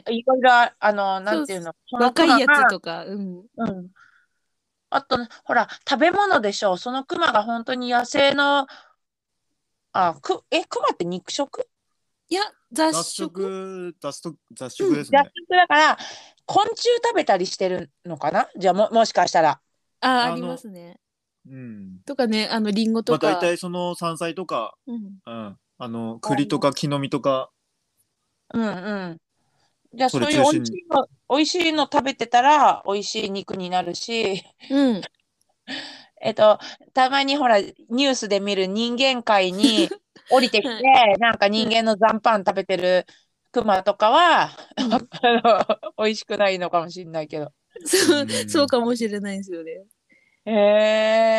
Speaker 2: い。
Speaker 1: いろいろ、あの、なんていうの、その
Speaker 2: 若いや
Speaker 1: 熊が
Speaker 2: つとか、うん。
Speaker 1: うん。あと、ほら、食べ物でしょう。そのクマが本当に野生の、あ、く、え、クマって肉食
Speaker 2: いや、雑
Speaker 3: 雑
Speaker 2: 食。
Speaker 3: 食、雑食、雑食です
Speaker 1: 雑
Speaker 3: ね
Speaker 1: 食。だから、昆虫食べたりしてるのかなじゃあ、も、もしかしたら。
Speaker 2: あ、
Speaker 3: あの
Speaker 2: ありますね。
Speaker 3: うん。
Speaker 2: とかね、あの、リンゴ
Speaker 3: ま
Speaker 2: と
Speaker 3: あ
Speaker 2: か。
Speaker 3: 大体その山菜とか、
Speaker 2: うん、
Speaker 3: うん、あの栗とか木の実とか、
Speaker 1: うんうん。じゃあ、
Speaker 3: それ
Speaker 1: そういう美味
Speaker 3: 中心に
Speaker 1: しいの、美味しいの食べてたら、美味しい肉になるし、
Speaker 2: うん。
Speaker 1: えっと、たまにほら、ニュースで見る人間界に降りてき
Speaker 2: は
Speaker 1: て、なんか人間の残飯食べてるクマとかは、あの、 *laughs* 美味しくないのかもしれないけど。
Speaker 2: そううんそうかもしれないですよね。
Speaker 1: へ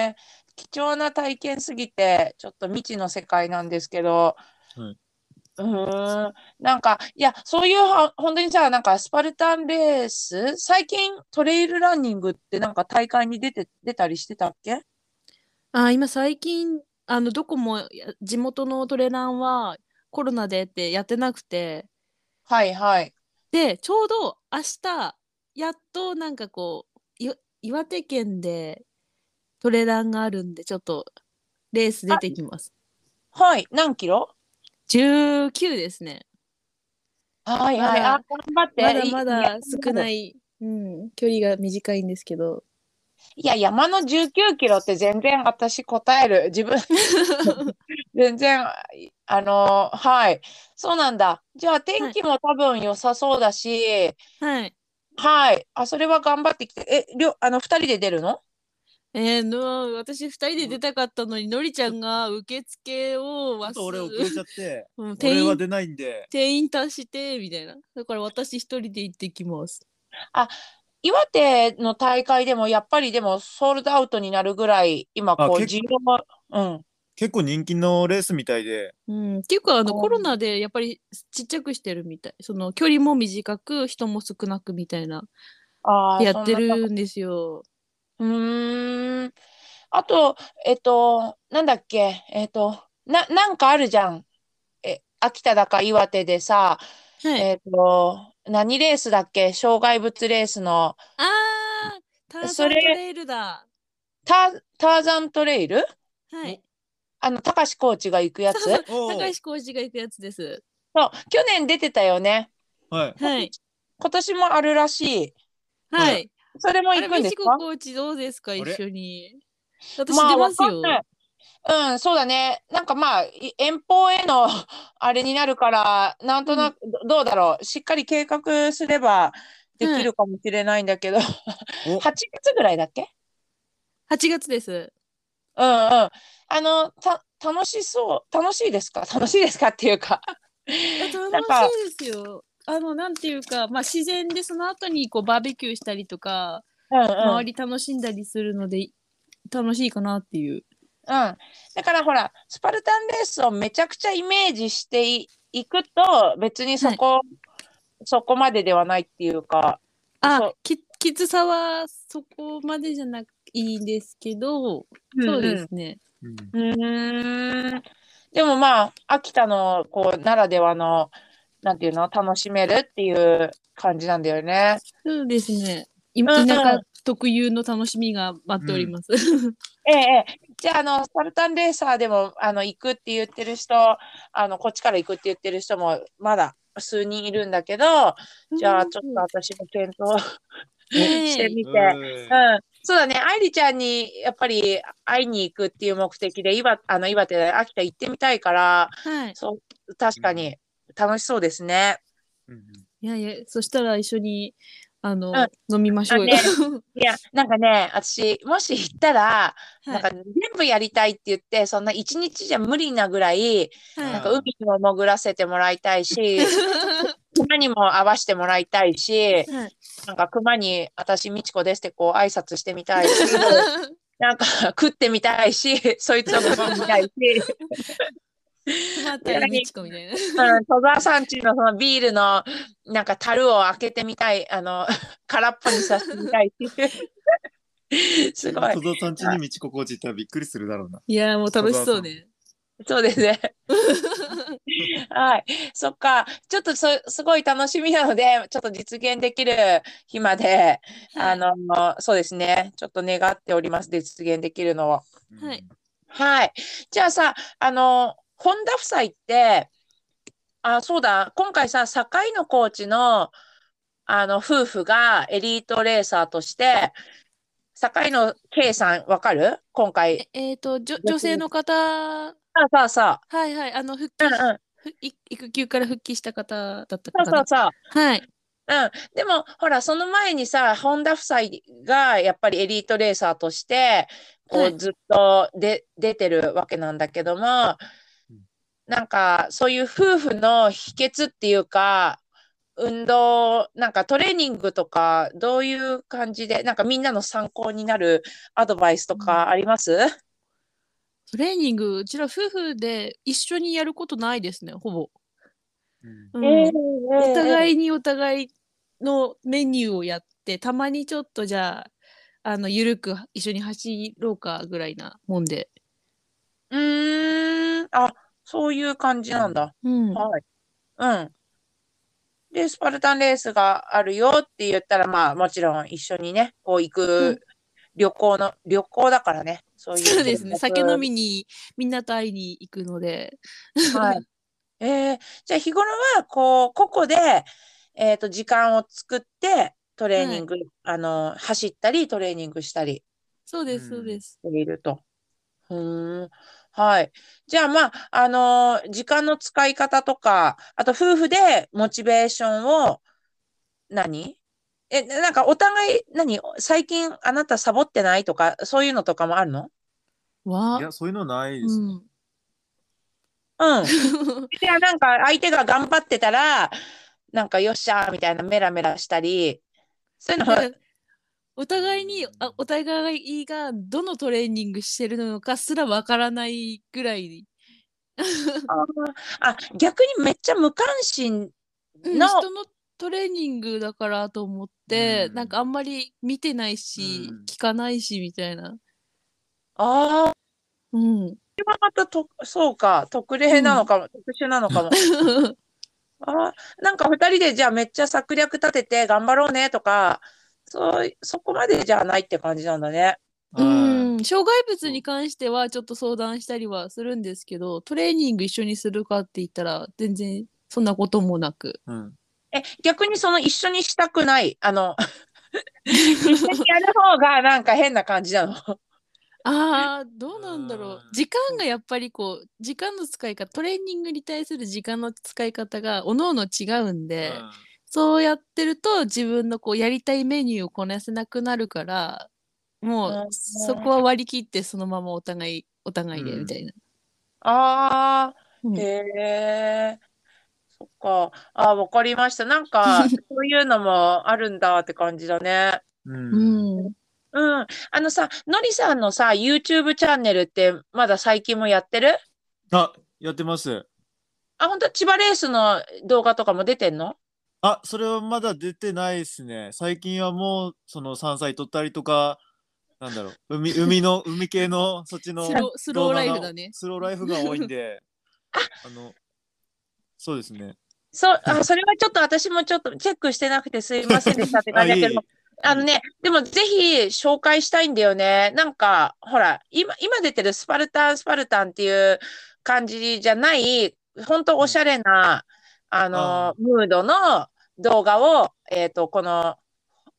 Speaker 1: え、貴重な体験すぎて、ちょっと未知の世界なんですけど、
Speaker 3: はいう
Speaker 1: ーん、なんか、いや、そういうは、本当にさ、なんかスパルタンレース、最近トレイルランニングってなんか大会に出て、出たりしてたっけ
Speaker 2: あ、今最近、あの、どこもや地元のトレランはコロナでってやってなくて、
Speaker 1: はいはい。
Speaker 2: で、ちょうど明日、やっとなんかこう、い岩手県でトレランがあるんで、ちょっとレース出てきます。
Speaker 1: はい、何キロ
Speaker 2: 19ですね。
Speaker 1: はいはい。
Speaker 2: まだ
Speaker 1: あ、頑張って。。
Speaker 2: まだまだ少ないい、うん、距離が短いんですけど。
Speaker 1: いや、山の19キロって全然私答える。自分、 *laughs* 全然、あの、はい。そうなんだ。じゃあ天気も多分良さそうだし、
Speaker 2: *laughs* はい。
Speaker 1: はい。あ、それは頑張ってきて。え、りょ、あの、二人で出るの
Speaker 2: えー、の私2人で出たかったのにのりちゃんが受付を
Speaker 3: ちょ
Speaker 2: 忘
Speaker 3: っと俺遅れちゃって
Speaker 2: うん店
Speaker 3: 俺は
Speaker 2: 員
Speaker 3: 出ないんで
Speaker 2: 店員足してみたいなだから私1人で行ってきます
Speaker 1: 岩手の大会でもやっぱりでもソールドアウトになるぐらい、今こう
Speaker 3: あ結
Speaker 1: 需要も、うん。
Speaker 3: 結構人気のレースみたいで
Speaker 2: うんっていうかあの
Speaker 1: あー
Speaker 2: コロナでやっぱりちっちゃくしてるみたいその距離も短く人も少なくみたいな
Speaker 1: ああ、
Speaker 2: やって
Speaker 1: そんな
Speaker 2: るんですよ
Speaker 1: うーん。あと、えっと、なんだっけ、えっと、な、なんかあるじゃん。え、秋田だか岩手でさ、
Speaker 2: はい、
Speaker 1: えっと、何レースだっけ、障害物レースの、
Speaker 2: あーター
Speaker 1: そ
Speaker 2: サント
Speaker 1: れ
Speaker 2: レールだ
Speaker 1: ター、ターザントレイル
Speaker 2: はい
Speaker 1: あの、高志コーチが行くやつ
Speaker 2: そうそう
Speaker 3: おう
Speaker 2: 高橋浩二が行くやつです
Speaker 1: そう、去年出てたよね。
Speaker 3: はい
Speaker 2: はい
Speaker 1: 今年もあるらしい。
Speaker 2: は
Speaker 3: はい
Speaker 2: い
Speaker 1: それも
Speaker 2: あ
Speaker 1: 行
Speaker 2: れ
Speaker 1: くんで
Speaker 2: 美
Speaker 1: す
Speaker 2: 智子
Speaker 1: か
Speaker 2: コーチどうですか
Speaker 3: れ
Speaker 2: 一緒に私
Speaker 1: まあ、
Speaker 2: 出
Speaker 1: わ
Speaker 2: ます
Speaker 1: か
Speaker 2: よ
Speaker 1: んない。うん、そうだね。なんかまあ、い遠方への *laughs* あれになるから、なんとなく、どどうだろう。しっかり計画すればできるかもしれないんだけど、
Speaker 3: お
Speaker 1: 8月ぐらいだっけ
Speaker 2: 8月です
Speaker 1: うんうん。あの、た、楽しそう。楽しいですか楽しいですかっていうか。 *laughs*
Speaker 2: いや楽
Speaker 1: なんか、
Speaker 2: しいですよ。あのなんていうか、まあ、自然でその後にこうバーベキューしたりとか、
Speaker 1: うんうん。
Speaker 2: 周り楽しんだりするので楽しいかなっていう。
Speaker 1: うん。だからほら、スパルタンレースをめちゃくちゃイメージしてい、いくと、別にそこ、そこまでではないっていうか。そ
Speaker 2: あ
Speaker 1: う
Speaker 2: ききつさはそこまでじゃなくいいんですけど、そうですね。
Speaker 3: うん
Speaker 1: うーん。でもまあ、秋田のこうならではの、なんていうの、楽しめるっていう感じなんだよね。
Speaker 2: そうですね。
Speaker 1: うんう
Speaker 2: 今
Speaker 1: ん
Speaker 2: 田舎特有の楽しみが待っております。
Speaker 1: ええ、ええじゃあ、あの、スパルタンレーサーでも、あの、行くって言ってる人、あの、こっちから行くって言ってる人も、まだ数人いるんだけど、じゃあ、ちょっと私も検討
Speaker 2: ねえ
Speaker 1: してみて。
Speaker 3: えー
Speaker 1: うん、そうだね、愛理ちゃんにやっぱり会いに行くっていう目的で、岩あの岩手で秋田行ってみたいから、
Speaker 2: はい。
Speaker 1: そう確かに楽しそうですね。
Speaker 3: うん
Speaker 2: いやいや、そしたら一緒にあの、
Speaker 1: う
Speaker 2: 飲みましょうよ。
Speaker 1: あねいや、なんかね、私、もし行ったら、
Speaker 2: *laughs* はい
Speaker 1: なんか全部やりたいって言って、そんな一日じゃ無理なぐらい、
Speaker 2: はい
Speaker 1: なんか海にも潜らせてもらいたい
Speaker 2: *laughs*
Speaker 1: し、熊にも会わしてもらいたいし、
Speaker 2: はい
Speaker 1: なんか熊に、私、みちこですってこう挨拶してみたいし、なんか食ってみたいし、そいつを食ってみたいし、
Speaker 2: *laughs* またりみちこみ
Speaker 1: *laughs*
Speaker 2: たいな。
Speaker 1: うん、戸沢さんちのそのビールのなんか樽を開けてみたい、あの、 *laughs* 空っぽにさせてみたいし、すごい。
Speaker 3: 戸田さん家に道子コーチ行ったらびっくりするだろうな。
Speaker 2: いやーもう楽しそうね。
Speaker 1: そうですね。はい。そっか。ちょっとそ、すごい楽しみなので、ちょっと実現できる日まで、あの、そうですね。ちょっと願っております。実現できるのを。
Speaker 2: はい
Speaker 1: はい。じゃあさ、あの、本田夫妻って、あ、そうだ、今回さ、堺のコーチの、あの、夫婦がエリートレーサーとして、堺の K さん、わかる今回。
Speaker 2: えっ、とじょ、女性の方、は
Speaker 1: さあさあさ
Speaker 2: いはい、あの、復
Speaker 1: あ。う
Speaker 2: 帰
Speaker 1: ん
Speaker 2: し、
Speaker 1: うん。
Speaker 2: ふい育休から復帰した方だった
Speaker 1: そ
Speaker 2: か
Speaker 1: うそう
Speaker 2: な。
Speaker 1: そう。
Speaker 2: はい。
Speaker 1: うん、でもほらその前にさ本田夫妻がやっぱりエリートレーサーとしてこ
Speaker 2: は
Speaker 1: う
Speaker 2: い
Speaker 1: ずっとで出てるわけなんだけども
Speaker 3: うん
Speaker 1: なんかそういう夫婦の秘訣っていうか運動なんかトレーニングとかどういう感じでなんかみんなの参考になるアドバイスとかあります
Speaker 2: トレーニング、うちら夫婦で一緒にやることないですね、ほぼ。
Speaker 3: うん
Speaker 2: うんお
Speaker 1: お
Speaker 2: 互
Speaker 1: い
Speaker 2: いにお互いのメニューをやってたまにちょっとじゃああの緩く一緒に走ろうかぐらいなもんで、
Speaker 1: うーんあそういう感じなんだ。
Speaker 2: うん
Speaker 1: はい。うん。で、スパルタンレースがあるよって言ったら、まあ、もちろん一緒にね、こう行
Speaker 2: うん
Speaker 1: く旅行の、旅行だからね、そういう。
Speaker 2: そうですね酒飲み。にみんなと会いに行くので
Speaker 1: はい。えーじゃあ日頃は、こう、個々で、えっと、時間を作って、トレーニング、あの、走ったり、トレーニングしたり
Speaker 2: そうです
Speaker 3: う
Speaker 2: そ
Speaker 3: ん
Speaker 2: うです、
Speaker 1: していると。ふーん。はい。じゃあ、まあ、あの時間の使い方とか、あと夫婦でモチベーションを、何え、ななんかお互い、何最近あなたサボってないとか、そういうのとかもあるの
Speaker 2: わ
Speaker 3: いや、そういうのないです
Speaker 2: う
Speaker 3: ね。
Speaker 2: ん
Speaker 1: うん。い
Speaker 2: *laughs*
Speaker 1: や、なんか相手が頑張ってたら、なんかよっしゃーみたいなメラメラしたり、そういうのは、
Speaker 2: お互いにあお互いがどのトレーニングしてるのかすらわからないぐらい、
Speaker 1: あ、逆にめっちゃ無関心
Speaker 2: うん
Speaker 1: の、
Speaker 2: 人のトレーニングだからと思って、
Speaker 3: うん
Speaker 2: なんかあんまり見てないし、
Speaker 3: うん
Speaker 2: 聞かないしみたいな。
Speaker 1: ああ、
Speaker 2: うん、
Speaker 1: またと、そうか、特例なのかも、特殊なのかも。あ、なんか二人でじゃあめっちゃ策略立てて頑張ろうねとか、そう、そこまでじゃないって感じなんだね。
Speaker 2: う
Speaker 3: はい
Speaker 2: ん、障害物に関してはちょっと相談したりはするんですけどトレーニング一緒にするかって言ったら全然そんなこともなく
Speaker 3: うん。
Speaker 1: え、逆にその一緒にしたくない、あの、一緒にやる方がなんか変な感じなの。
Speaker 2: *laughs* あーどうなんだろう
Speaker 3: うん
Speaker 2: 時間がやっぱりこう時間の使い方トレーニングに対する時間の使い方がおのおの違うんで、
Speaker 3: うん
Speaker 2: そうやってると自分のこうやりたいメニューをこなせなくなるからもう
Speaker 1: うん
Speaker 2: そこは割り切ってそのままお互いお互いでみたいな。
Speaker 1: あ
Speaker 2: うん
Speaker 1: あ、へえ。そっか。あー、わかりました。なん *laughs* か、そういうのもあるんだって感じだね。
Speaker 3: うん。
Speaker 2: うん
Speaker 1: うん。あのさ、のりさんのさ、YouTube チャンネルってまだ最近もやってる
Speaker 3: あ、やってます。
Speaker 1: あ、本当千葉レースの動画とかも出てんの
Speaker 3: あ、それはまだ出てないですね。最近はもう、その山菜取ったりとか、なんだろう、海、海の、海系の、そっちの
Speaker 2: スロースローライフ
Speaker 3: 動画
Speaker 2: だ
Speaker 3: が
Speaker 2: ね。
Speaker 3: スローライフが多いんで、あの、そうですね。
Speaker 1: そう、あ、それはちょっと私もちょっとチェックしてなくてすいませんでしたって
Speaker 3: *laughs* あ、
Speaker 1: 感じだ
Speaker 3: いえ
Speaker 1: け
Speaker 3: い
Speaker 1: ど、あのね、でもぜひ紹介したいんだよね。なんか、ほら、今、今出てるスパルタン、スパルタンっていう感じじゃない、ほんとおしゃれな、あの、ムードの動画を、えっと、この、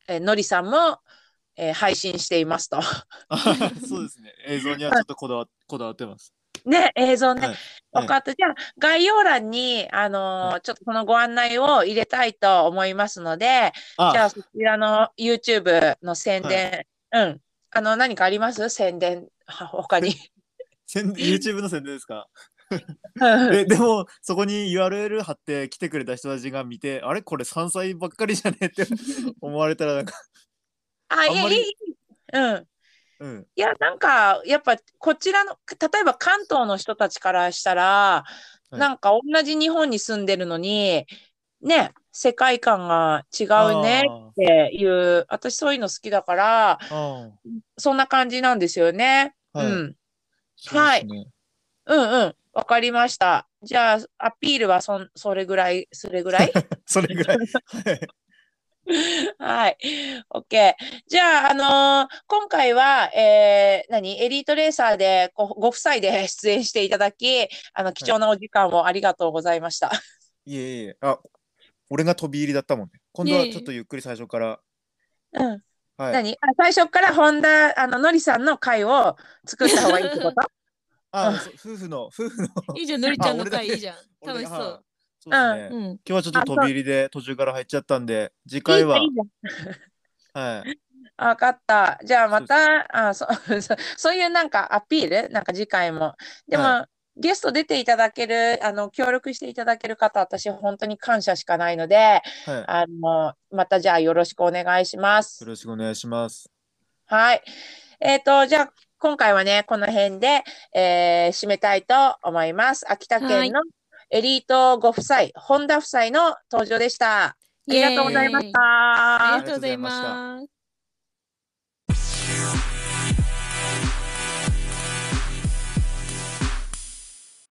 Speaker 1: えーのりさんも、えー配信していますと。 *laughs*
Speaker 3: え *laughs* いえそうですね。映像にはちょっとこだわこだわってます。
Speaker 1: ね、映像ね
Speaker 3: はい。
Speaker 1: 分かった。じゃあ、概要欄に、あのーちょっとこのご案内を入れたいと思いますので、じゃあ、
Speaker 3: あ、
Speaker 1: そちらの YouTube の宣伝、うん。あの、何かあります宣伝、は他に。
Speaker 3: 宣 YouTube の宣伝ですか
Speaker 1: うん
Speaker 3: えでもそこに URL 貼って来てくれた人たちが見てあれこれ山菜ばっかりじゃねえって思われたらなんか、
Speaker 1: あ、い
Speaker 3: あんまり
Speaker 1: いいいいい。うん。
Speaker 3: うん、
Speaker 1: いや、なんか、やっぱ、こちらの、例えば関東の人たちからしたら、
Speaker 3: い
Speaker 1: なんか同じ日本に住んでるのに、ね、世界観が違うねっていう、私そういうの好きだから、
Speaker 3: あーあ
Speaker 1: そんな感じなんですよね。
Speaker 3: ーはい、
Speaker 1: うん。
Speaker 3: そうですね
Speaker 1: うんうん。わかりました。じゃあ、アピールはそんそれぐらい、それぐらい
Speaker 3: *laughs* それぐらい。はい
Speaker 1: *laughs* はい。OK。じゃあ、あのー今回は、えー何エリートレーサーでごご夫妻で *laughs* 出演していただき、あの、貴重なお時間をありがとうございました。
Speaker 3: いえいえ。あ、俺が飛び入りだったもんね。今度はちょっとゆっくり最初から。
Speaker 1: うん。
Speaker 3: はい。
Speaker 1: 何あ最初から本田、あの、のりさんの会を作った方がいいって
Speaker 3: *laughs*
Speaker 1: こと
Speaker 3: あ、そう夫婦の、夫婦の。
Speaker 2: いいじゃん、のりちゃんの
Speaker 3: あ俺だ
Speaker 2: 回
Speaker 3: け
Speaker 2: いいじゃん。楽し
Speaker 3: 俺
Speaker 2: そ
Speaker 3: はいそうですね
Speaker 2: う。。うん。
Speaker 3: 今日はちょっと飛び入りで途中から入っちゃったんで、次
Speaker 1: いい
Speaker 3: 回は
Speaker 1: ね、い、いね
Speaker 3: はい。
Speaker 1: わかった。じゃあまた、あ、そ、そ *laughs* そういうなんかアピールなんか次回も。でも、
Speaker 3: は
Speaker 1: ゲスト出ていただける、あの、協力していただける方、私本当に感謝しかないので、
Speaker 3: はい。
Speaker 1: あの、またじゃあよろしくお願いしま
Speaker 3: よ
Speaker 1: す。
Speaker 3: ろしくお願いします。
Speaker 1: はい。えっと、じゃあ今回はね、この辺で、えー締めたいと思います。秋田
Speaker 2: はい
Speaker 1: 県のエリートご夫妻、本田夫妻の登場でした。ありがとうございま
Speaker 2: イエー
Speaker 1: し
Speaker 2: イ
Speaker 1: た。
Speaker 2: ありがとうございます。